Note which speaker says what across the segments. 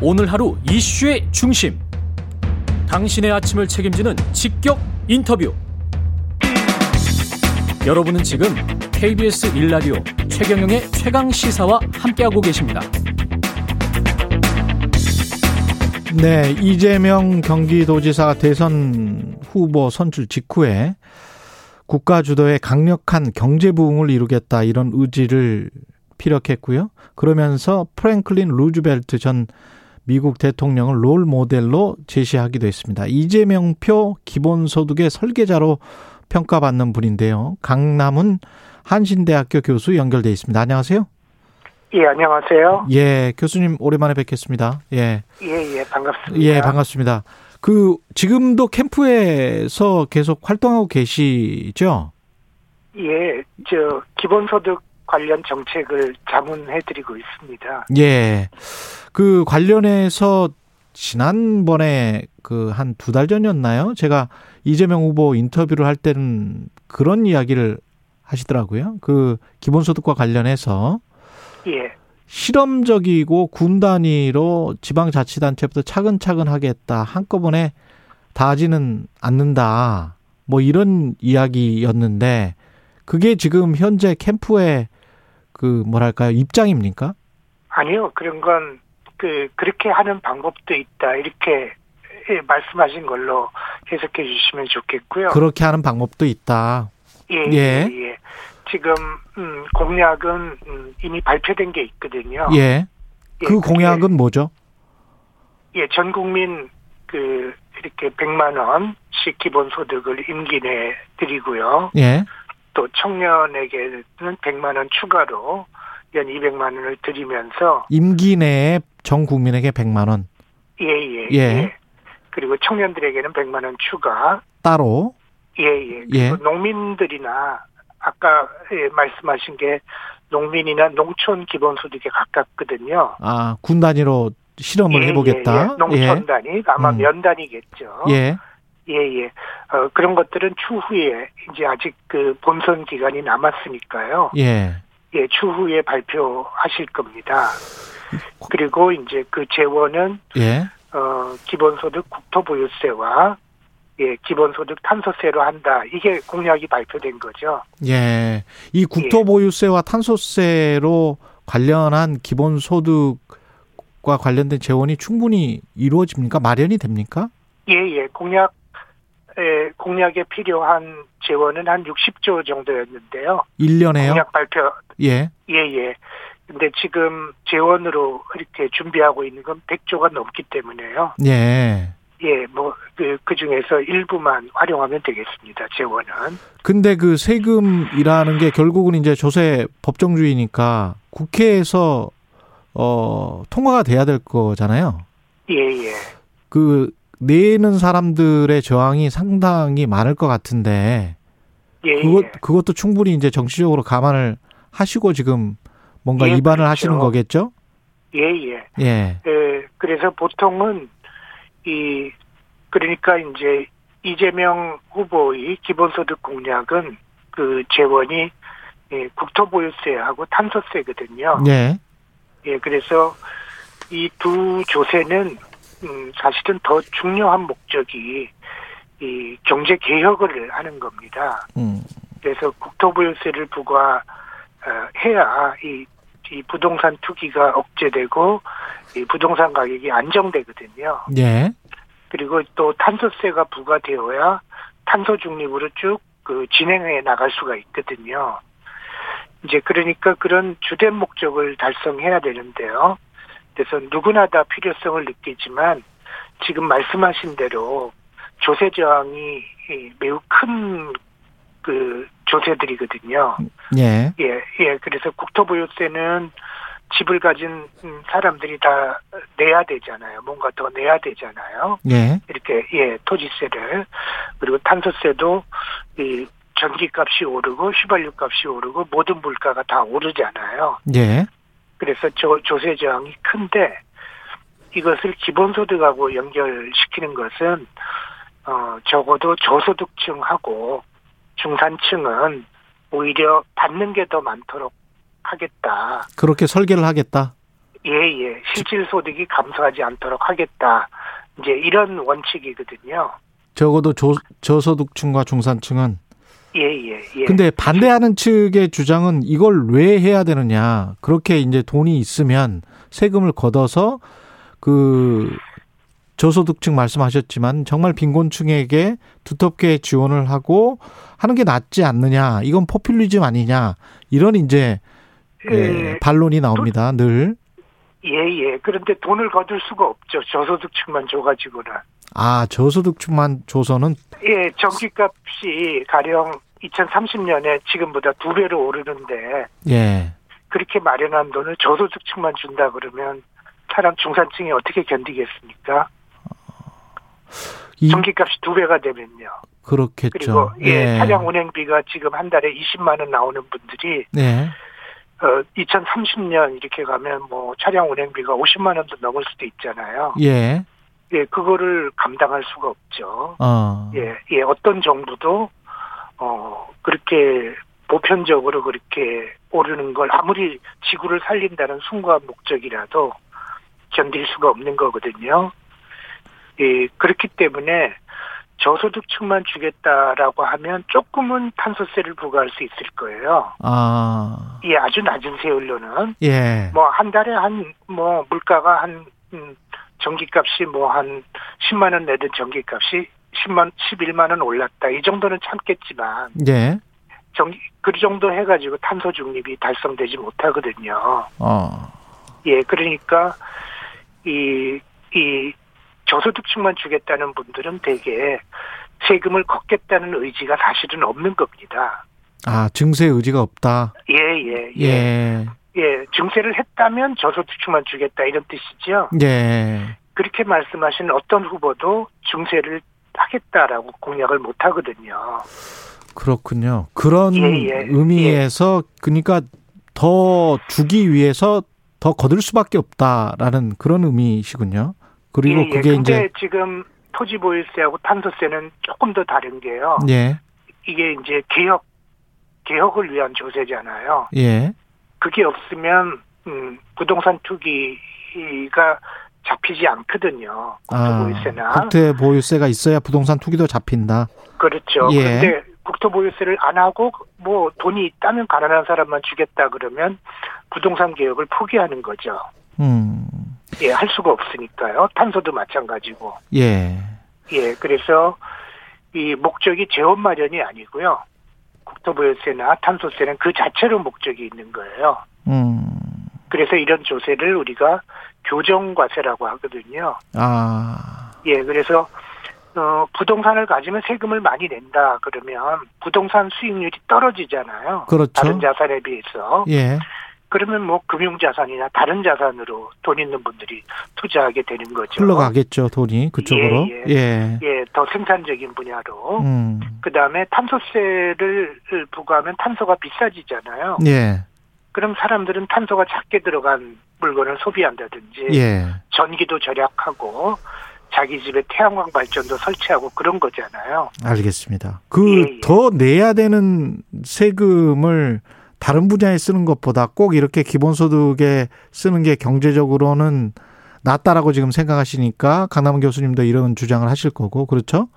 Speaker 1: 오늘 하루 이슈의 중심. 당신의 아침을 책임지는 직격 인터뷰. 여러분은 지금 KBS 1라디오 최경영의 최강 시사와 함께하고 계십니다.
Speaker 2: 네, 이재명 경기도지사 대선 후보 선출 직후에 국가 주도의 강력한 경제 부흥을 이루겠다 이런 의지를 피력했고요. 그러면서 프랭클린 루즈벨트 전 미국 대통령을 롤 모델로 제시하기도 했습니다. 이재명표 기본소득의 설계자로 평가받는 분인데요. 강남은 한신대학교 교수 연결돼 있습니다. 안녕하세요.
Speaker 3: 예, 안녕하세요.
Speaker 2: 예, 교수님 오랜만에 뵙겠습니다. 예.
Speaker 3: 예, 예, 반갑습니다.
Speaker 2: 예, 반갑습니다. 그 지금도 캠프에서 계속 활동하고 계시죠?
Speaker 3: 예, 저 기본소득 관련 정책을 자문해드리고 있습니다.
Speaker 2: 예. 그 관련해서 지난번에 그 한 두 달 전이었나요? 제가 이재명 후보 인터뷰를 할 때는 그런 이야기를 하시더라고요. 그 기본소득과 관련해서
Speaker 3: 예,
Speaker 2: 실험적이고 군 단위로 지방자치단체부터 차근차근 하겠다. 한꺼번에 다 하지는 않는다. 뭐 이런 이야기였는데 그게 지금 현재 캠프의 그 뭐랄까요? 입장입니까?
Speaker 3: 아니요, 그런 건 그 그렇게 하는 방법도 있다 이렇게 예, 말씀하신 걸로 해석해 주시면 좋겠고요.
Speaker 2: 그렇게 하는 방법도 있다.
Speaker 3: 예,
Speaker 2: 예.
Speaker 3: 예. 예. 지금 음, 공약은 음, 이미 발표된 게 있거든요.
Speaker 2: 예.
Speaker 3: 예,
Speaker 2: 그
Speaker 3: 그게,
Speaker 2: 공약은 뭐죠?
Speaker 3: 예, 전 국민 그 이렇게 100만 원씩 기본소득을 임기 내에 드리고요.
Speaker 2: 예.
Speaker 3: 또 청년에게는 100만 원 추가로 연 200만 원을 드리면서
Speaker 2: 임기 내에 전 국민에게 100만 원
Speaker 3: 예예 예,
Speaker 2: 예.
Speaker 3: 예. 그리고 청년들에게는 100만 원 추가
Speaker 2: 따로
Speaker 3: 예예
Speaker 2: 예.
Speaker 3: 농민들이나 아까 예, 말씀하신 게 농민이나 농촌 기본소득에 가깝거든요.
Speaker 2: 아, 군 단위로 실험을
Speaker 3: 예,
Speaker 2: 해 보겠다.
Speaker 3: 예, 예. 농촌 단위 아마
Speaker 2: 음.
Speaker 3: 면 단위겠죠.
Speaker 2: 예. 예.
Speaker 3: 예예. 어, 그런 것들은 추후에 이제 아직 그 본선 기간이 남았으니까요.
Speaker 2: 예.
Speaker 3: 예, 추후에 발표하실 겁니다. 그리고 이제 그 재원은
Speaker 2: 예.
Speaker 3: 어, 기본소득 국토보유세와 예, 기본소득 탄소세로 한다. 이게 공약이 발표된 거죠.
Speaker 2: 예. 이 국토보유세와 탄소세로 관련한 기본소득과 관련된 재원이 충분히 이루어집니까? 마련이 됩니까?
Speaker 3: 예, 예. 공약 예, 공약에 필요한 재원은 한 60조 정도였는데요.
Speaker 2: 1년에요?
Speaker 3: 공약 발표
Speaker 2: 예.
Speaker 3: 예, 예. 근데 지금 재원으로 이렇게 준비하고 있는 건 100조가 넘기 때문에요.
Speaker 2: 예.
Speaker 3: 예, 뭐, 그, 그 중에서 일부만 활용하면 되겠습니다, 재원은.
Speaker 2: 근데 그 세금이라는 게 결국은 이제 조세 법정주의니까 국회에서 어 통과가 돼야 될 거잖아요.
Speaker 3: 예, 예.
Speaker 2: 그 내는 사람들의 저항이 상당히 많을 것 같은데
Speaker 3: 예,
Speaker 2: 그것
Speaker 3: 예.
Speaker 2: 그것도 충분히 이제 정치적으로 감안을 하시고 지금 뭔가
Speaker 3: 예,
Speaker 2: 입안을
Speaker 3: 그렇죠.
Speaker 2: 하시는 거겠죠?
Speaker 3: 예, 예.
Speaker 2: 예.
Speaker 3: 예, 그래서 보통은 이 그러니까 이제 이재명 후보의 기본소득 공약은 그 재원이 예, 국토보유세하고 탄소세거든요.
Speaker 2: 예.
Speaker 3: 예, 그래서 이 두 조세는 음, 사실은 더 중요한 목적이 이 경제 개혁을 하는 겁니다.
Speaker 2: 음.
Speaker 3: 그래서 국토보유세를 어, 부과해야 아, 이, 이 부동산 투기가 억제되고 이 부동산 가격이 안정되거든요.
Speaker 2: 예.
Speaker 3: 그리고 또 탄소세가 부과되어야 탄소 중립으로 쭉 그 진행해 나갈 수가 있거든요. 이제 그러니까 그런 주된 목적을 달성해야 되는데요. 그래서 누구나 다 필요성을 느끼지만 지금 말씀하신 대로 조세 저항이 이 매우 큰 그 조세들이거든요.
Speaker 2: 예.
Speaker 3: 예, 예. 그래서 국토보유세는 집을 가진 음, 사람들이 다 내야 되잖아요. 뭔가 더 내야 되잖아요.
Speaker 2: 예.
Speaker 3: 이렇게 예 토지세를 그리고 탄소세도 이 전기값이 오르고 휘발유값이 오르고 모든 물가가 다 오르잖아요.
Speaker 2: 예.
Speaker 3: 그래서 조, 조세 저항이 큰데 이것을 기본소득하고 연결시키는 것은 어 적어도 저소득층하고 중산층은 오히려 받는 게 더 많도록 하겠다.
Speaker 2: 그렇게 설계를 하겠다.
Speaker 3: 예, 예. 실질 소득이 감소하지 않도록 하겠다. 이제 이런 원칙이거든요.
Speaker 2: 적어도 조, 저소득층과 중산층은
Speaker 3: 예, 예, 예.
Speaker 2: 근데 반대하는 측의 주장은 이걸 왜 해야 되느냐 그렇게 이제 돈이 있으면 세금을 걷어서 그 저소득층 말씀하셨지만 정말 빈곤층에게 두텁게 지원을 하고 하는 게 낫지 않느냐 이건 포퓰리즘 아니냐 이런 이제
Speaker 3: 예,
Speaker 2: 예, 반론이 나옵니다 늘.
Speaker 3: 예, 예. 그런데 돈을 거둘 수가 없죠. 저소득층만 줘가지고는.
Speaker 2: 아 저소득층만 줘서는
Speaker 3: 예, 전기값이 가령 2030년에 지금보다 두 배로 오르는데
Speaker 2: 예
Speaker 3: 그렇게 마련한 돈을 저소득층만 준다 그러면 사람 중산층이 어떻게 견디겠습니까?
Speaker 2: 이,
Speaker 3: 전기값이 두 배가 되면요.
Speaker 2: 그렇겠죠.
Speaker 3: 그리고 예, 차량 운행비가 지금 한 달에 20만 원 나오는 분들이
Speaker 2: 네.
Speaker 3: 어, 2030년 이렇게 가면 뭐 차량 운행비가 50만 원도 넘을 수도 있잖아요.
Speaker 2: 예.
Speaker 3: 예, 그거를 감당할 수가 없죠.
Speaker 2: 어.
Speaker 3: 예, 예, 어떤 정부도 어 그렇게 보편적으로 그렇게 오르는 걸 아무리 지구를 살린다는 숭고한 목적이라도 견딜 수가 없는 거거든요. 예, 그렇기 때문에 저소득층만 주겠다라고 하면 조금은 탄소세를 부과할 수 있을 거예요.
Speaker 2: 아.
Speaker 3: 이 아주 낮은 세율로는
Speaker 2: 예.
Speaker 3: 뭐 한 달에 한 뭐 물가가 한 음, 전기값이 뭐 한 10만 원 내던 전기값이 10만 11만 원 올랐다. 이 정도는 참겠지만
Speaker 2: 예.
Speaker 3: 전기 그 정도 해 가지고 탄소 중립이 달성되지 못하거든요.
Speaker 2: 어.
Speaker 3: 예, 그러니까 이 이 저소득층만 주겠다는 분들은 대개 세금을 걷겠다는 의지가 사실은 없는 겁니다.
Speaker 2: 아, 증세 의지가 없다.
Speaker 3: 예, 예,
Speaker 2: 예.
Speaker 3: 예.
Speaker 2: 예.
Speaker 3: 예, 증세를 했다면 저소득층만 주겠다 이런 뜻이죠.
Speaker 2: 예.
Speaker 3: 그렇게 말씀하신 어떤 후보도 중세를 하겠다라고 공약을 못 하거든요.
Speaker 2: 그렇군요. 그런
Speaker 3: 예, 예.
Speaker 2: 의미에서 그러니까 더 주기 위해서 더 거둘 수밖에 없다라는 그런 의미시군요. 그리고
Speaker 3: 예, 예.
Speaker 2: 그게
Speaker 3: 근데
Speaker 2: 이제
Speaker 3: 지금 토지 보유세하고 탄소세는 조금 더 다른 게요.
Speaker 2: 예.
Speaker 3: 이게 이제 개혁 개혁을 위한 조세잖아요.
Speaker 2: 예.
Speaker 3: 그게 없으면 음, 부동산 투기가 잡히지 않거든요. 국토보유세나
Speaker 2: 아, 국토 보유세가 있어야 부동산 투기도 잡힌다.
Speaker 3: 그렇죠.
Speaker 2: 예.
Speaker 3: 그런데 국토보유세를 안 하고 뭐 돈이 있다면 가난한 사람만 주겠다 그러면 부동산 개혁을 포기하는 거죠.
Speaker 2: 음.
Speaker 3: 예, 할 수가 없으니까요. 탄소도 마찬가지고.
Speaker 2: 예.
Speaker 3: 예, 그래서 이 목적이 재원 마련이 아니고요. 국토보유세나 탄소세는 그 자체로 목적이 있는 거예요.
Speaker 2: 음.
Speaker 3: 그래서 이런 조세를 우리가 교정과세라고 하거든요.
Speaker 2: 아.
Speaker 3: 예, 그래서 어, 부동산을 가지면 세금을 많이 낸다 그러면 부동산 수익률이 떨어지잖아요.
Speaker 2: 그렇죠.
Speaker 3: 다른 자산에 비해서.
Speaker 2: 예.
Speaker 3: 그러면 뭐 금융자산이나 다른 자산으로 돈 있는 분들이 투자하게 되는 거죠.
Speaker 2: 흘러가겠죠 돈이 그쪽으로
Speaker 3: 예,
Speaker 2: 예,
Speaker 3: 예, 더 생산적인 분야로.
Speaker 2: 음,
Speaker 3: 그 다음에 탄소세를 부과하면 탄소가 비싸지잖아요.
Speaker 2: 예,
Speaker 3: 그럼 사람들은 탄소가 작게 들어간 물건을 소비한다든지,
Speaker 2: 예,
Speaker 3: 전기도 절약하고, 자기 집에 태양광 발전도 설치하고 그런 거잖아요.
Speaker 2: 알겠습니다.
Speaker 3: 예, 예.
Speaker 2: 그 더 내야 되는 세금을 다른 분야에 쓰는 것보다 꼭 이렇게 기본소득에 쓰는 게 경제적으로는 낫다라고 지금 생각하시니까 강남 교수님도 이런 주장을 하실 거고 그렇죠?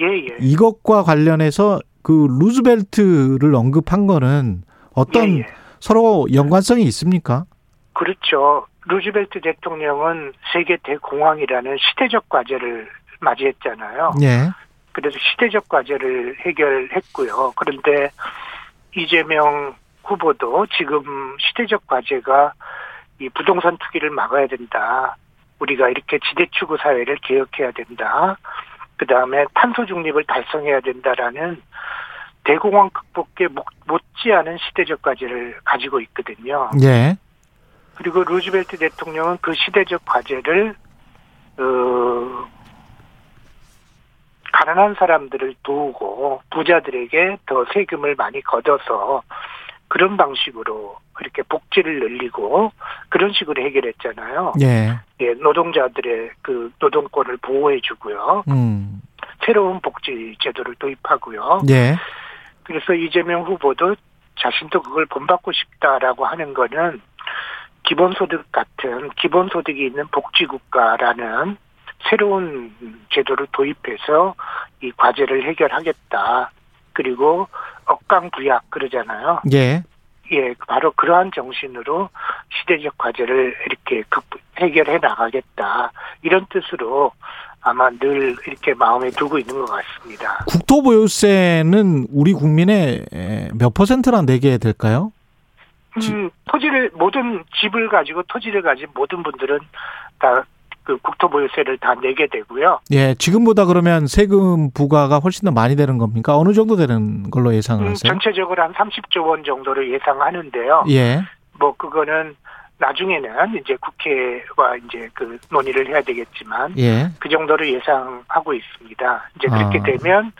Speaker 3: 예, 예.
Speaker 2: 이것과 관련해서 그 루즈벨트를 언급한 거는 어떤
Speaker 3: 예, 예.
Speaker 2: 서로 연관성이 있습니까?
Speaker 3: 그렇죠. 루즈벨트 대통령은 세계 대공황이라는 시대적 과제를 맞이했잖아요.
Speaker 2: 예,
Speaker 3: 그래서 시대적 과제를 해결했고요. 그런데 이재명 후보도 지금 시대적 과제가 이 부동산 투기를 막아야 된다. 우리가 이렇게 지대추구 사회를 개혁해야 된다. 그 다음에 탄소 중립을 달성해야 된다라는 대공황 극복에 목- 못지않은 시대적 과제를 가지고 있거든요.
Speaker 2: 예,
Speaker 3: 그리고 루즈벨트 대통령은 그 시대적 과제를 어, 가난한 사람들을 도우고 부자들에게 더 세금을 많이 걷어서 그런 방식으로 이렇게 복지를 늘리고 그런 식으로 해결했잖아요.
Speaker 2: 예,
Speaker 3: 예, 노동자들의 그 노동권을 보호해주고요.
Speaker 2: 음,
Speaker 3: 새로운 복지 제도를 도입하고요.
Speaker 2: 예,
Speaker 3: 그래서 이재명 후보도 자신도 그걸 본받고 싶다라고 하는 거는 기본소득 같은 기본소득이 있는 복지국가라는 새로운 제도를 도입해서 이 과제를 해결하겠다. 그리고 억강부약 그러잖아요.
Speaker 2: 예.
Speaker 3: 예, 바로 그러한 정신으로 시대적 과제를 이렇게 극, 해결해 나가겠다. 이런 뜻으로 아마 늘 이렇게 마음에 두고 있는 것 같습니다.
Speaker 2: 국토보유세는 우리 국민의 에, 몇 퍼센트나 내게 될까요?
Speaker 3: 음, 토지를, 모든 집을 가지고 토지를 가진 모든 분들은 다 그 국토보유세를 다 내게 되고요.
Speaker 2: 예, 지금보다 그러면 세금 부과가 훨씬 더 많이 되는 겁니까? 어느 정도 되는 걸로 예상을
Speaker 3: 음,
Speaker 2: 하세요?
Speaker 3: 전체적으로 한 30조 원 정도를 예상하는데요.
Speaker 2: 예.
Speaker 3: 뭐 그거는 나중에는 이제 국회와 이제 그 논의를 해야 되겠지만
Speaker 2: 예.
Speaker 3: 그 정도를 예상하고 있습니다. 이제
Speaker 2: 아.
Speaker 3: 그렇게 되면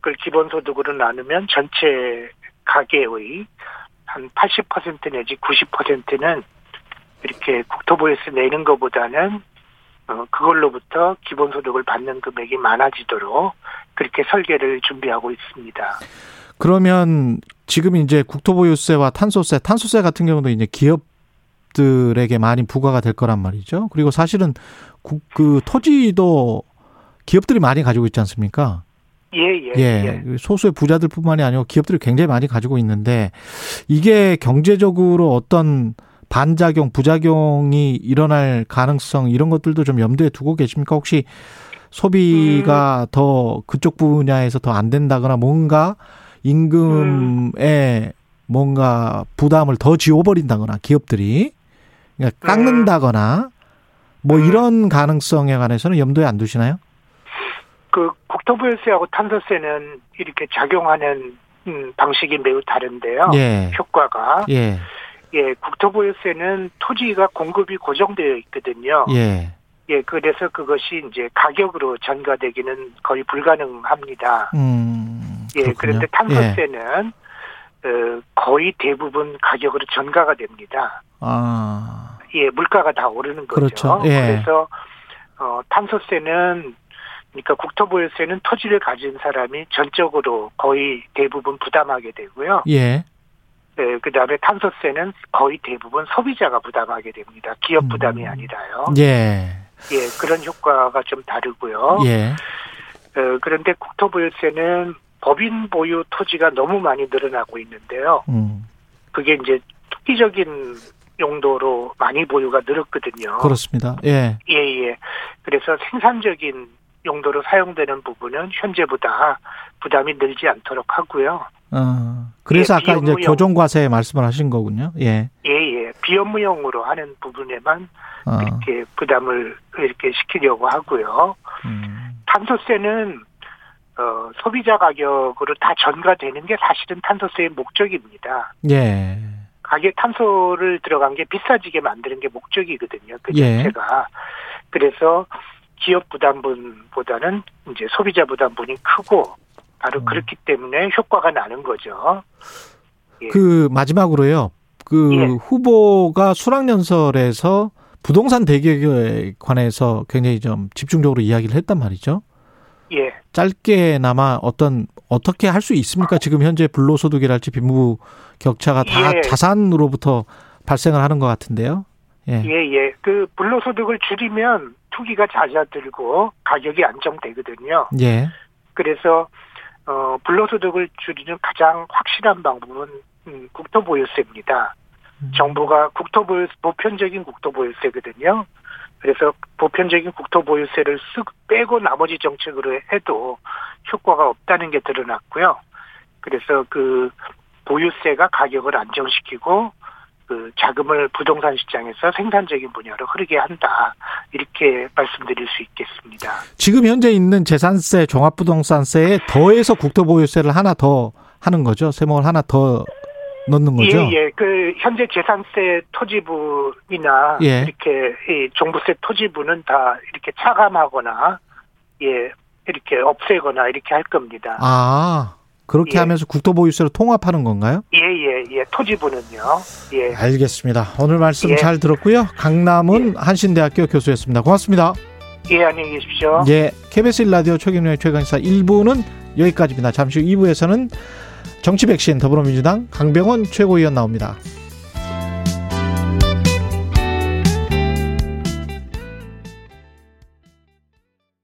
Speaker 3: 그걸 기본소득으로 나누면 전체 가계의 한 80% 내지 90%는 이렇게 국토부에서 내는 것보다는 어, 그걸로부터 기본소득을 받는 금액이 많아지도록 그렇게 설계를 준비하고 있습니다.
Speaker 2: 그러면 지금 이제 국토보유세와 탄소세, 탄소세 같은 경우도 이제 기업들에게 많이 부과가 될 거란 말이죠. 그리고 사실은 국, 그 토지도 기업들이 많이 가지고 있지 않습니까?
Speaker 3: 예, 예,
Speaker 2: 예. 소수의 부자들뿐만이 아니고 기업들이 굉장히 많이 가지고 있는데 이게 경제적으로 어떤 반작용, 부작용이 일어날 가능성 이런 것들도 좀 염두에 두고 계십니까? 혹시 소비가
Speaker 3: 음.
Speaker 2: 더 그쪽 분야에서 더 안 된다거나 뭔가
Speaker 3: 음.
Speaker 2: 임금에 뭔가 부담을 더 지워버린다거나 기업들이 그러니까
Speaker 3: 음.
Speaker 2: 깎는다거나 뭐
Speaker 3: 음.
Speaker 2: 이런 가능성에 관해서는 염두에 안 두시나요?
Speaker 3: 그 국토부유세하고 탄소세는 이렇게 작용하는 음, 방식이 매우 다른데요.
Speaker 2: 예.
Speaker 3: 효과가
Speaker 2: 예.
Speaker 3: 예 국토보유세는 토지가 공급이 고정되어 있거든요.
Speaker 2: 예.
Speaker 3: 예 그래서 그것이 이제 가격으로 전가되기는 거의 불가능합니다.
Speaker 2: 음.
Speaker 3: 예
Speaker 2: 그렇군요. 예.
Speaker 3: 그런데 탄소세는 어, 거의 대부분 가격으로 전가가 됩니다.
Speaker 2: 아.
Speaker 3: 예 물가가 다 오르는 거죠.
Speaker 2: 그렇죠. 예.
Speaker 3: 그래서 어, 탄소세는 그러니까 국토보유세는 토지를 가진 사람이 전적으로 거의 대부분 부담하게 되고요.
Speaker 2: 예.
Speaker 3: 네, 그 다음에 탄소세는 거의 대부분 소비자가 부담하게 됩니다. 기업 부담이
Speaker 2: 음.
Speaker 3: 아니라요.
Speaker 2: 예.
Speaker 3: 예, 그런 효과가 좀 다르고요.
Speaker 2: 예.
Speaker 3: 어, 그런데 국토보유세는 법인 보유 토지가 너무 많이 늘어나고 있는데요.
Speaker 2: 음.
Speaker 3: 그게 이제 투기적인 용도로 많이 보유가 늘었거든요.
Speaker 2: 그렇습니다. 예.
Speaker 3: 예, 예. 그래서 생산적인 용도로 사용되는 부분은 현재보다 부담이 늘지 않도록 하고요.
Speaker 2: 어. 그래서
Speaker 3: 예,
Speaker 2: 아까 이제
Speaker 3: 비용무용.
Speaker 2: 교정 과세 말씀을 하신 거군요. 예.
Speaker 3: 예, 예. 비업무용으로 하는 부분에만
Speaker 2: 아.
Speaker 3: 이렇게 부담을 이렇게 시키려고 하고요.
Speaker 2: 음.
Speaker 3: 탄소세는 어, 소비자 가격으로 다 전가되는 게 사실은 탄소세의 목적입니다.
Speaker 2: 예.
Speaker 3: 가게 탄소를 들어간 게 비싸지게 만드는 게 목적이거든요. 그
Speaker 2: 예.
Speaker 3: 자체가 그래서 기업 부담분보다는 이제 소비자 부담분이 크고 바로
Speaker 2: 음.
Speaker 3: 그렇기 때문에 효과가 나는 거죠. 예.
Speaker 2: 그 마지막으로요. 그
Speaker 3: 예.
Speaker 2: 후보가 수락연설에서 부동산 대격에 관해서 굉장히 좀 집중적으로 이야기를 했단 말이죠.
Speaker 3: 예,
Speaker 2: 짧게나마 어떤 어떻게 할 수 있습니까? 지금 현재 불로소득이랄지 빈부 격차가 다
Speaker 3: 예.
Speaker 2: 자산으로부터 발생을 하는 것 같은데요. 예.
Speaker 3: 예, 예. 그 불로소득을 줄이면 투기가 잦아들고 가격이 안정되거든요.
Speaker 2: 예.
Speaker 3: 그래서 어, 불로소득을 줄이는 가장 확실한 방법은 음, 국토보유세입니다. 정부가 국토보유 보편적인 국토보유세거든요. 그래서 보편적인 국토보유세를 쓱 빼고 나머지 정책으로 해도 효과가 없다는 게 드러났고요. 그래서 그 보유세가 가격을 안정시키고 그 자금을 부동산 시장에서 생산적인 분야로 흐르게 한다 이렇게 말씀드릴 수 있겠습니다.
Speaker 2: 지금 현재 있는 재산세, 종합부동산세에 더해서 국토보유세를 하나 더 하는 거죠. 세목을 하나 더 넣는 거죠.
Speaker 3: 예, 예. 그 현재 재산세 토지부이나
Speaker 2: 예.
Speaker 3: 이렇게 이 종부세 토지부는 다 이렇게 차감하거나 예 이렇게 없애거나 이렇게 할 겁니다.
Speaker 2: 아 그렇게
Speaker 3: 예.
Speaker 2: 하면서 국토보유세로 통합하는 건가요?
Speaker 3: 예예예 토지부는요. 예.
Speaker 2: 알겠습니다. 오늘 말씀
Speaker 3: 예.
Speaker 2: 잘 들었고요. 강남은 한신대학교 교수였습니다. 고맙습니다.
Speaker 3: 예 안녕히 계십시오.
Speaker 2: 예, KBS 1라디오 최경영의 최강시사 1부는 여기까지입니다. 잠시 후 2부에서는 정치 백신 더불어민주당 강병원 최고위원 나옵니다.